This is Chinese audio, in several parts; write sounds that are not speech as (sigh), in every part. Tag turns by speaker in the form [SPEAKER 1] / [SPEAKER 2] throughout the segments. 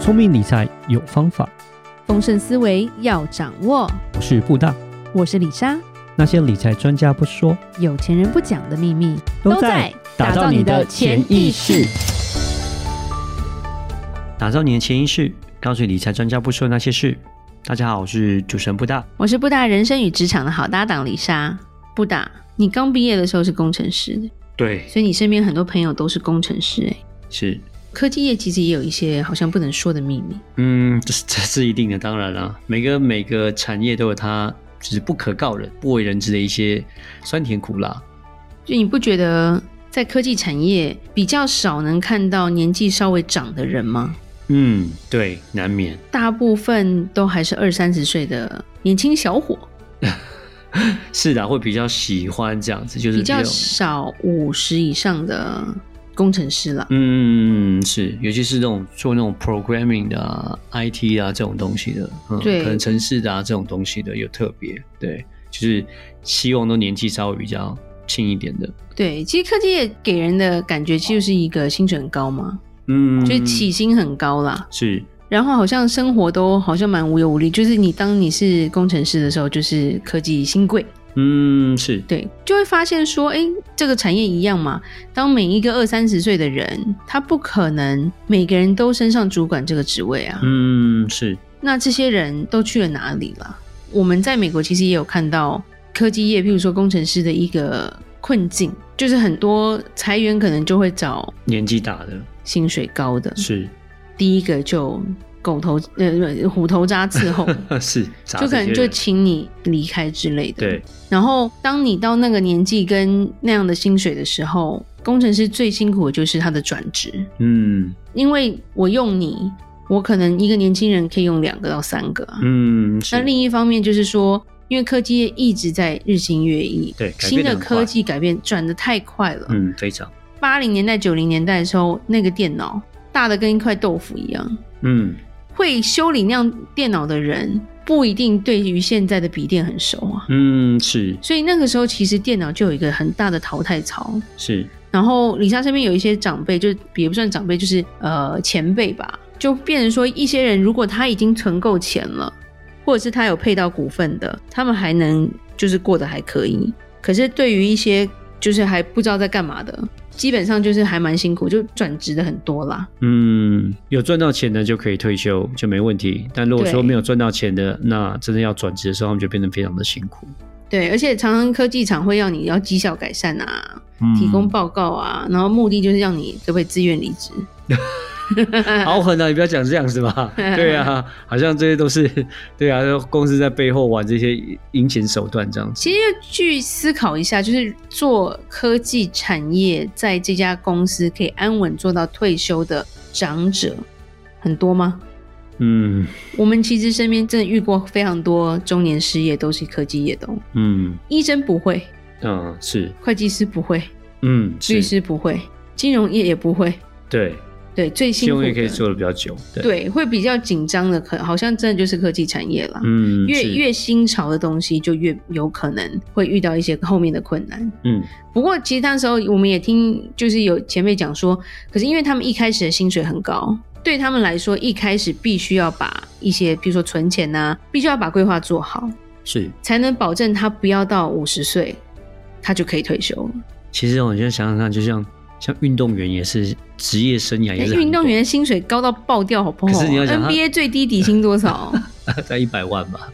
[SPEAKER 1] 聪明理财有方法，
[SPEAKER 2] 丰盛思维要掌握。
[SPEAKER 1] 我是布大。
[SPEAKER 2] 我是李莎，
[SPEAKER 1] 那些理财专家不说，
[SPEAKER 2] 有钱人不讲的秘密
[SPEAKER 1] 打造你的潜意识。，打造你的潜意识，告诉你理财专家不说的那些事。大家好，我是主持人布大。
[SPEAKER 2] 我是布达人生与职场的好搭档李莎。布达，你刚毕业的时候是工程师的，
[SPEAKER 1] 对，
[SPEAKER 2] 所以你身边很多朋友都是工程师、诶
[SPEAKER 1] 是，
[SPEAKER 2] 科技业其实也有一些好像不能说的秘密。
[SPEAKER 1] 嗯，这是这是一定的，当然啦、每个每个产业都有它就是不可告人、不为人知的一些酸甜苦辣。
[SPEAKER 2] 就你不觉得在科技产业比较少能看到年纪稍微长的人吗？
[SPEAKER 1] 嗯，对，难免。
[SPEAKER 2] 大部分都还是二三十岁的年轻小伙，
[SPEAKER 1] (laughs) 是的，会比较喜欢这样子，就是
[SPEAKER 2] 比较
[SPEAKER 1] 比较
[SPEAKER 2] 少五十以上的工程师了。
[SPEAKER 1] 嗯，是，尤其是那种做那种 programming 的啊、IT 啊这种东西的，嗯，
[SPEAKER 2] 对
[SPEAKER 1] 可能城市的啊这种东西的有特别，对，就是希望都年纪稍微比较轻一点的，
[SPEAKER 2] 对，其实科技业给人的感觉就是一个薪水很高嘛，
[SPEAKER 1] 嗯，
[SPEAKER 2] 就是起薪很高啦，
[SPEAKER 1] 是，
[SPEAKER 2] 然后好像生活都好像蛮无忧无虑，就是你当你是工程师的时候，就是科技新贵，
[SPEAKER 1] 嗯，是，
[SPEAKER 2] 对，就会发现说，哎，这个产业一样嘛，当每一个二三十岁的人，他不可能每个人都升上主管这个职位啊，
[SPEAKER 1] 嗯，是，
[SPEAKER 2] 那这些人都去了哪里了？我们在美国其实也有看到科技业，譬如说工程师的一个困境，就是很多裁员可能就会找
[SPEAKER 1] 年纪大的，
[SPEAKER 2] 薪水高的，
[SPEAKER 1] 是， (laughs)
[SPEAKER 2] 第一个就狗头呃虎头扎
[SPEAKER 1] (laughs)
[SPEAKER 2] 伺候，
[SPEAKER 1] 是，砸
[SPEAKER 2] 就可
[SPEAKER 1] 这
[SPEAKER 2] 能
[SPEAKER 1] 些
[SPEAKER 2] 就
[SPEAKER 1] 人
[SPEAKER 2] 请你离开之类的。
[SPEAKER 1] 对，
[SPEAKER 2] 然后，当你到那个年纪跟那样的薪水的时候，工程师最辛苦的就是他的转职，
[SPEAKER 1] 嗯
[SPEAKER 2] 因为我用你，我可能一个年轻人可以用两个到三个啊。
[SPEAKER 1] 嗯，
[SPEAKER 2] 那
[SPEAKER 1] 是，
[SPEAKER 2] 另一方面就是说，因为科技业一直在日新月异，
[SPEAKER 1] 对改变得
[SPEAKER 2] 新的
[SPEAKER 1] 很快
[SPEAKER 2] 科技改变转的太快了。
[SPEAKER 1] 嗯，非常，
[SPEAKER 2] 八零、年代、九零年代的时候，那个电脑大的跟一块豆腐一样，
[SPEAKER 1] 嗯，
[SPEAKER 2] 会修理那样电脑的人不一定对于现在的笔电很熟啊。
[SPEAKER 1] 嗯，是，
[SPEAKER 2] 所以那个时候，其实电脑就有一个很大的淘汰潮。
[SPEAKER 1] 是，
[SPEAKER 2] 然后李莎身边有一些长辈，就也不算长辈，就是呃前辈吧，就变成说一些人如果他已经存够钱了，或者是他有配到股份的，他们还能就是过得还可以。可是对于一些就是还不知道在干嘛的，基本上就是还蛮辛苦，就转职的很多啦。
[SPEAKER 1] 嗯，有赚到钱的就可以退休，就没问题。但如果说
[SPEAKER 2] 对
[SPEAKER 1] 没有赚到钱的，那真的要转职的时候，他们就变得非常的辛苦。
[SPEAKER 2] 对，而且常常科技厂会要你要绩效改善啊，
[SPEAKER 1] 嗯
[SPEAKER 2] 提供报告啊，然后目的就是让你可不可以自愿离职。
[SPEAKER 1] 好狠啊！你不要讲这样子嘛。对
[SPEAKER 2] (laughs)
[SPEAKER 1] 啊，好像这些都是对啊，公司在背后玩这些阴险手段这样子。
[SPEAKER 2] 其实要去思考一下，就是做科技产业，在这家公司可以安稳做到退休的长者很多吗？
[SPEAKER 1] 嗯
[SPEAKER 2] 我们其实身边真的遇过非常多中年失业，都是科技业的哦、
[SPEAKER 1] 嗯
[SPEAKER 2] 医生不会，
[SPEAKER 1] 嗯，是
[SPEAKER 2] 会计师不会，
[SPEAKER 1] 嗯
[SPEAKER 2] 律
[SPEAKER 1] 是，
[SPEAKER 2] 师不会，金融业也不会。
[SPEAKER 1] 对，
[SPEAKER 2] 对，最
[SPEAKER 1] 希
[SPEAKER 2] 辛苦
[SPEAKER 1] 望也可以
[SPEAKER 2] 的，
[SPEAKER 1] 做的比较久。对，
[SPEAKER 2] 对，会比较紧张的，可好像真的就是科技产业啦。
[SPEAKER 1] 嗯，
[SPEAKER 2] 越
[SPEAKER 1] 是
[SPEAKER 2] 越新潮的东西，就越有可能会遇到一些后面的困难。
[SPEAKER 1] 嗯
[SPEAKER 2] 不过其实那时候我们也听，就是有前辈讲说，可是因为他们一开始的薪水很高，对他们来说一开始必须要把一些，比如说存钱呐、必须要把规划做好，
[SPEAKER 1] 是。
[SPEAKER 2] 才能保证他不要到五十岁，他就可以退休了。
[SPEAKER 1] 其实哦我现在想想看，就像像运动员也是职业生涯也是很
[SPEAKER 2] 哎运动
[SPEAKER 1] 多
[SPEAKER 2] 员的薪水高到爆掉，好不好
[SPEAKER 1] 可是你要想他
[SPEAKER 2] n b a 最低底薪多少？
[SPEAKER 1] 在一百万吧。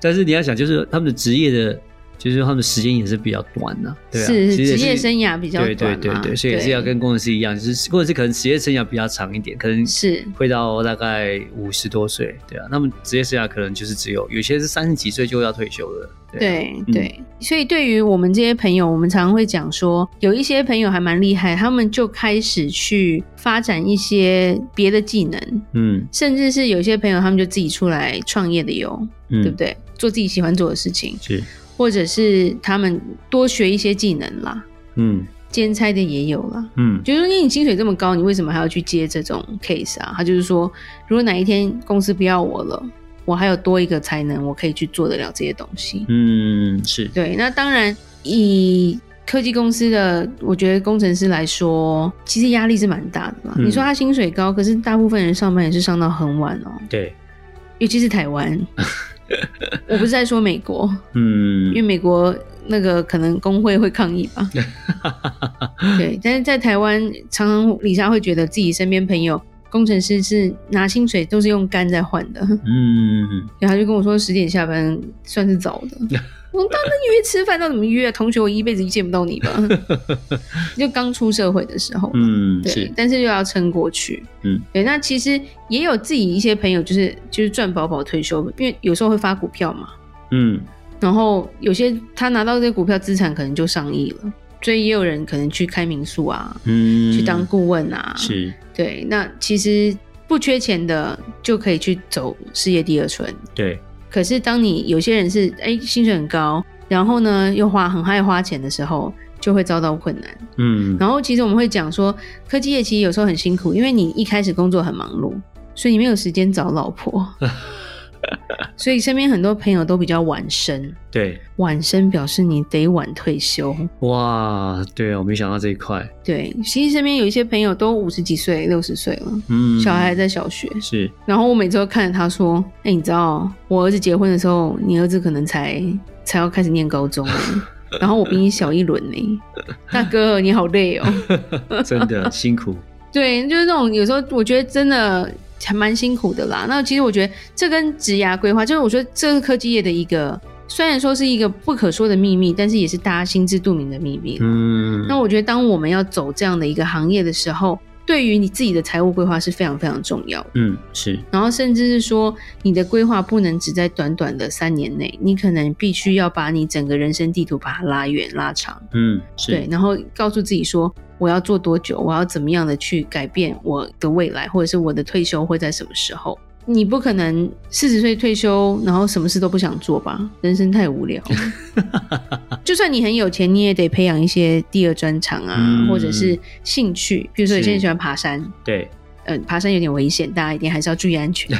[SPEAKER 1] 但是你要想，就是他们的职业的，就是他们的时间也是比较短的、 (laughs) 对啊，
[SPEAKER 2] 是
[SPEAKER 1] 其实也
[SPEAKER 2] 职业生涯比较短、啊，
[SPEAKER 1] 对对对对，所以也是要跟工程师一样，就是工程师可能职业生涯比较长一点，可能
[SPEAKER 2] 是
[SPEAKER 1] 会到大概五十多岁，对啊，那么职业生涯可能就是只有有些是三十几岁就要退休了，啊
[SPEAKER 2] 对
[SPEAKER 1] 嗯
[SPEAKER 2] 对，所以对于我们这些朋友，我们常常会讲说，有一些朋友还蛮厉害，他们就开始去发展一些别的技能，
[SPEAKER 1] 嗯
[SPEAKER 2] 甚至是有些朋友他们就自己出来创业的有，
[SPEAKER 1] 嗯，
[SPEAKER 2] 对不？对？做自己喜欢做的事情，
[SPEAKER 1] 是，
[SPEAKER 2] 或者是他们多学一些技能啦，
[SPEAKER 1] 嗯
[SPEAKER 2] 兼差的也有啦。
[SPEAKER 1] 嗯
[SPEAKER 2] 就是说，因为你薪水这么高，你为什么还要去接这种 case 啊？他就是说，如果哪一天公司不要我了，我还有多一个才能，我可以去做得了这些东西。
[SPEAKER 1] 嗯是，
[SPEAKER 2] 对，那当然以科技公司的，我觉得工程师来说，其实压力是蛮大的嘛。
[SPEAKER 1] 嗯
[SPEAKER 2] 你说他薪水高，可是大部分人上班也是上到很晚哦，
[SPEAKER 1] 对，
[SPEAKER 2] 尤其是台湾。我不是在说美国，
[SPEAKER 1] 嗯
[SPEAKER 2] 因为，美国那个可能工会会抗议吧。对，但是在台湾，常常李莎会觉得自己身边朋友工程师是拿薪水都是用肝在换的，
[SPEAKER 1] (laughs) 嗯，
[SPEAKER 2] 然后他就跟我说十点下班算是早
[SPEAKER 1] (laughs)
[SPEAKER 2] 的。我当那约吃饭，那怎么约、啊？同学，我一辈子见不到你吧？
[SPEAKER 1] (laughs)
[SPEAKER 2] 就刚出社会的时候，
[SPEAKER 1] 嗯，
[SPEAKER 2] 对
[SPEAKER 1] 是，，
[SPEAKER 2] 但是又要撑过去，
[SPEAKER 1] 嗯，
[SPEAKER 2] 对。那其实也有自己一些朋友，就是就是赚饱饱退休，因为有时候会发股票嘛，
[SPEAKER 1] 嗯，
[SPEAKER 2] 然后有些他拿到这股票资产可能就上亿了，所以也有人可能去开民宿啊，
[SPEAKER 1] 嗯，
[SPEAKER 2] 去当顾问啊，
[SPEAKER 1] 是，
[SPEAKER 2] 对。那其实不缺钱的就可以去走事业第二春，
[SPEAKER 1] 对，
[SPEAKER 2] 可是当你有些人是哎薪水很高，然后呢又花很爱花钱的时候，就会遭到困难。
[SPEAKER 1] 嗯，
[SPEAKER 2] 然后其实我们会讲说，科技业其实有时候很辛苦，因为你一开始工作很忙碌，所以你没有时间找老婆，所以身边很多朋友都比较晚生。
[SPEAKER 1] 对，
[SPEAKER 2] 晚生表示你得晚退休，
[SPEAKER 1] 哇，对啊，我没想到这一块，
[SPEAKER 2] 对。其实身边有一些朋友都五十几岁、六十岁了，
[SPEAKER 1] 嗯，
[SPEAKER 2] 小孩还在小学。
[SPEAKER 1] 是，
[SPEAKER 2] 然后我每周看着他说：“哎、你知道我儿子结婚的时候，你儿子可能才才要开始念高中欸， (laughs) 然后我比你小一轮呢、大哥你好累哦、
[SPEAKER 1] 真的辛
[SPEAKER 2] (laughs)
[SPEAKER 1] 苦，
[SPEAKER 2] 对，就是那种有时候我觉得真的还蛮辛苦的啦。那其实我觉得这跟职涯规划，就是我觉得这是科技业的一个，虽然说是一个不可说的秘密，但是也是大家心知肚明的秘密。
[SPEAKER 1] 嗯，
[SPEAKER 2] 啊那我觉得当我们要走这样的一个行业的时候，对于你自己的财务规划是非常非常重要的。
[SPEAKER 1] 嗯，是，
[SPEAKER 2] 然后甚至是说，你的规划不能只在短短的三年内，你可能必须要把你整个人生地图把它拉远拉长。
[SPEAKER 1] 嗯，是，
[SPEAKER 2] 对，然后告诉自己说我要做多久，我要怎么样的去改变我的未来，或者是我的退休会在什么时候。你不可能四十岁退休，然后什么事都不想做吧？人生太
[SPEAKER 1] (laughs)
[SPEAKER 2] 无聊了。就算你很有钱，你也得培养一些第二专长啊，
[SPEAKER 1] 嗯
[SPEAKER 2] 或者是兴趣。比如说，有些人喜欢爬山，
[SPEAKER 1] 对，
[SPEAKER 2] 呃，爬山有点危险，大家一定还是要注意
[SPEAKER 1] (laughs)
[SPEAKER 2] 安全。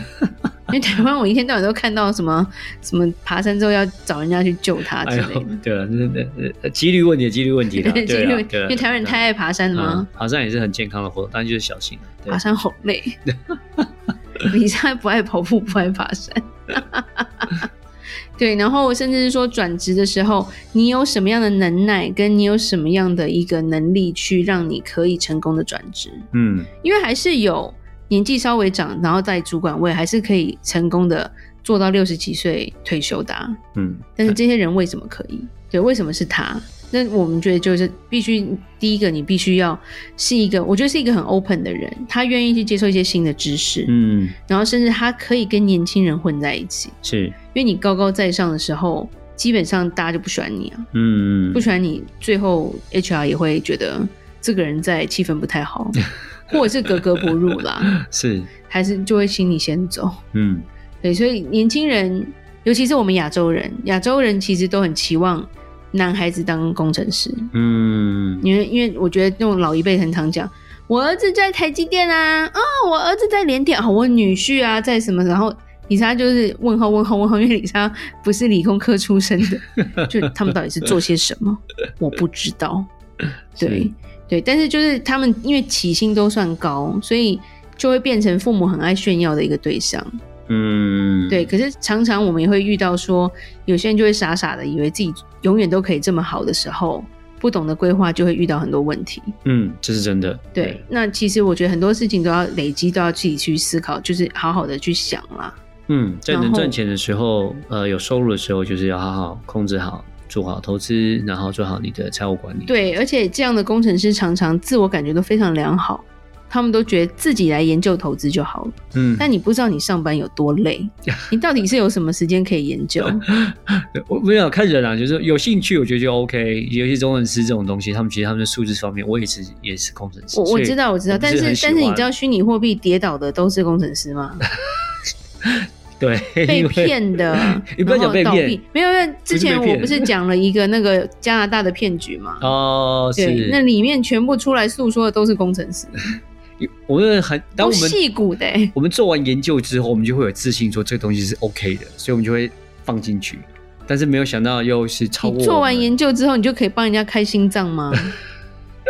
[SPEAKER 2] 因为台湾我一天到晚都看到什么什么爬山之后要找人家去救他
[SPEAKER 1] 哎
[SPEAKER 2] 啊之
[SPEAKER 1] 呦
[SPEAKER 2] 类的，，
[SPEAKER 1] 对了，那那那几率问题，几率问题啦，
[SPEAKER 2] (laughs) 对
[SPEAKER 1] 哎对
[SPEAKER 2] 因
[SPEAKER 1] 啦
[SPEAKER 2] 为
[SPEAKER 1] 对啦啊
[SPEAKER 2] 因为台湾人太爱爬山了吗啊
[SPEAKER 1] 嗯？爬山也是很健康的活动，但就是小心了。对
[SPEAKER 2] 爬山好
[SPEAKER 1] (laughs)
[SPEAKER 2] 累。你现在不爱跑步，不爱爬山。 (laughs) 对，然后甚至是说转职的时候，你有什么样的能耐，跟你有什么样的一个能力，去让你可以成功的转职？
[SPEAKER 1] 嗯，
[SPEAKER 2] 因为还是有年纪稍微长，然后在主管位，还是可以成功的做到六十几岁退休的啊、
[SPEAKER 1] 嗯，
[SPEAKER 2] 但是这些人为什么可以？对，为什么是他？那我们觉得就是必须第一个，你必须要是一个，我觉得是一个很 open 的人，他愿意去接受一些新的知识，
[SPEAKER 1] 嗯，
[SPEAKER 2] 然后甚至他可以跟年轻人混在一起。
[SPEAKER 1] 是，
[SPEAKER 2] 因为你高高在上的时候，基本上大家就不喜欢你啊，
[SPEAKER 1] 嗯，
[SPEAKER 2] 不喜欢你，最后 HR 也会觉得这个人在气氛不太
[SPEAKER 1] (laughs)
[SPEAKER 2] 好，或者是格格不入啦，
[SPEAKER 1] 是，
[SPEAKER 2] 还是就会请你先走。
[SPEAKER 1] 嗯，
[SPEAKER 2] 对，所以年轻人，尤其是我们亚洲人，亚洲人其实都很期望男孩子当工程师，
[SPEAKER 1] 嗯，
[SPEAKER 2] 因为因为我觉得那种老一辈很常讲，我儿子在台积电啊，啊、我儿子在联电啊，我女婿啊在什么，然后。李莎就是问号问号问号，因为李莎不是理工科出身的，就他们到底是做些什么，我不知道。对对，但是就是他们因为起薪都算高，所以就会变成父母很爱炫耀的一个对象。
[SPEAKER 1] 嗯，
[SPEAKER 2] 对，，可是常常我们也会遇到说，有些人就会傻傻的以为自己永远都可以这么好的时候，不懂得规划就会遇到很多问题。
[SPEAKER 1] 嗯，这是真的。
[SPEAKER 2] 对，那其实我觉得很多事情都要累积，都要自己去思考，就是好好的去想啦。
[SPEAKER 1] 嗯，在
[SPEAKER 2] 然
[SPEAKER 1] 能赚
[SPEAKER 2] 后
[SPEAKER 1] 钱的时候，呃，有收入的时候，就是要好好控制好，做好投资，然后做好你的财务管理。，
[SPEAKER 2] 对，而且这样的工程师常常自我感觉都非常良好，他们都觉得自己来研究投资就好了。
[SPEAKER 1] 嗯，
[SPEAKER 2] 但你不知道你上班有多
[SPEAKER 1] (laughs)
[SPEAKER 2] 累，你到底是有什么时间可以研究？
[SPEAKER 1] 我没有看人啊，就是有兴趣，我觉得就 OK。尤其中文师这种东西，他们其实他们的素质方面，我也是也是工程师。
[SPEAKER 2] 我我
[SPEAKER 1] 所以
[SPEAKER 2] 知道，我知道，
[SPEAKER 1] 我不
[SPEAKER 2] 但
[SPEAKER 1] 是
[SPEAKER 2] 是
[SPEAKER 1] 很
[SPEAKER 2] 但
[SPEAKER 1] 喜
[SPEAKER 2] 是你
[SPEAKER 1] 欢
[SPEAKER 2] 知道虚拟货币跌倒的都是工程师吗？
[SPEAKER 1] 对，(laughs)
[SPEAKER 2] 被
[SPEAKER 1] 因为
[SPEAKER 2] 骗的
[SPEAKER 1] (laughs) ，你不要讲被
[SPEAKER 2] 然后倒
[SPEAKER 1] 骗
[SPEAKER 2] 闭，没有，因为之前
[SPEAKER 1] 不是被
[SPEAKER 2] 我
[SPEAKER 1] 骗
[SPEAKER 2] 不是讲了一个那个加拿大的骗局嘛？
[SPEAKER 1] (laughs) 哦，
[SPEAKER 2] 对
[SPEAKER 1] 是，
[SPEAKER 2] 那里面全部出来诉说的都是工程师，
[SPEAKER 1] 我们很当
[SPEAKER 2] 都
[SPEAKER 1] 我们
[SPEAKER 2] 戏骨的、欸。
[SPEAKER 1] 我们做完研究之后，我们就会有自信说这个东西是 OK 的，所以我们就会放进去。但是没有想到又是超过
[SPEAKER 2] 你做
[SPEAKER 1] 我
[SPEAKER 2] 完
[SPEAKER 1] 们
[SPEAKER 2] 研究之后，你就可以帮人家开心脏
[SPEAKER 1] (laughs)
[SPEAKER 2] 吗？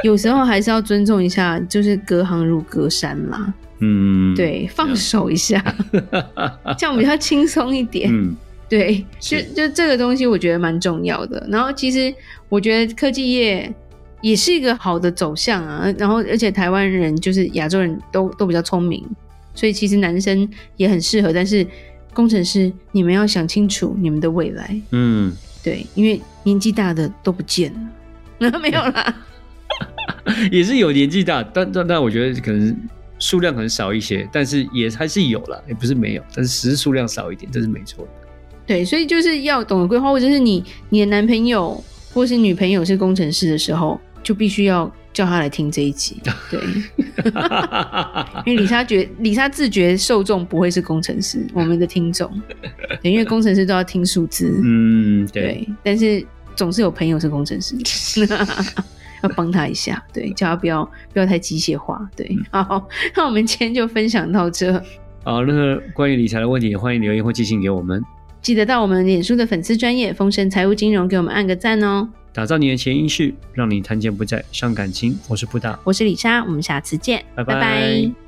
[SPEAKER 2] 有时候还是要尊重一下，就是隔行如隔山啦。
[SPEAKER 1] 嗯，
[SPEAKER 2] 对，放手
[SPEAKER 1] (laughs)
[SPEAKER 2] 一下，这样比较轻松一点。
[SPEAKER 1] 嗯，
[SPEAKER 2] 对，就是就这个东西，我觉得蛮重要的。然后其实我觉得科技业也是一个好的走向啊。然后而且台湾人就是亚洲人都都比较聪明，所以其实男生也很适合。但是工程师，你们要想清楚你们的未来。
[SPEAKER 1] 嗯
[SPEAKER 2] 对，因为年纪大的都不见了， (laughs) 没有啦。
[SPEAKER 1] 嗯， (laughs) 也是有年纪大，但但但我觉得可能数量很少一些，但是也还是有了，也不是没有，但是实质数量少一点，这是没错的。 (laughs)
[SPEAKER 2] 对，所以就是要懂得规划，或者是你你的男朋友或是女朋友是工程师的时候，就必须要叫他来听这一 (laughs) 集。对，因为李莎觉李莎自觉受众不会是工程师，我们的听众，对，因为工程师都要听数字，
[SPEAKER 1] 嗯，对，
[SPEAKER 2] 对，但是总是有朋友是工程 (laughs) 师，要帮他一下，对，叫他不要不要太机械化，对，好，那我们今天就分享到这。
[SPEAKER 1] 好，那个关于理财的问题，也欢迎留言或寄信给我们。
[SPEAKER 2] 记得到我们脸书的粉丝专业丰盛财务金融给我们按个赞哦。
[SPEAKER 1] 打造你的潜意识，让你谈钱不再伤感情。我是布达，
[SPEAKER 2] 我是李莎，我们下次见，
[SPEAKER 1] 拜拜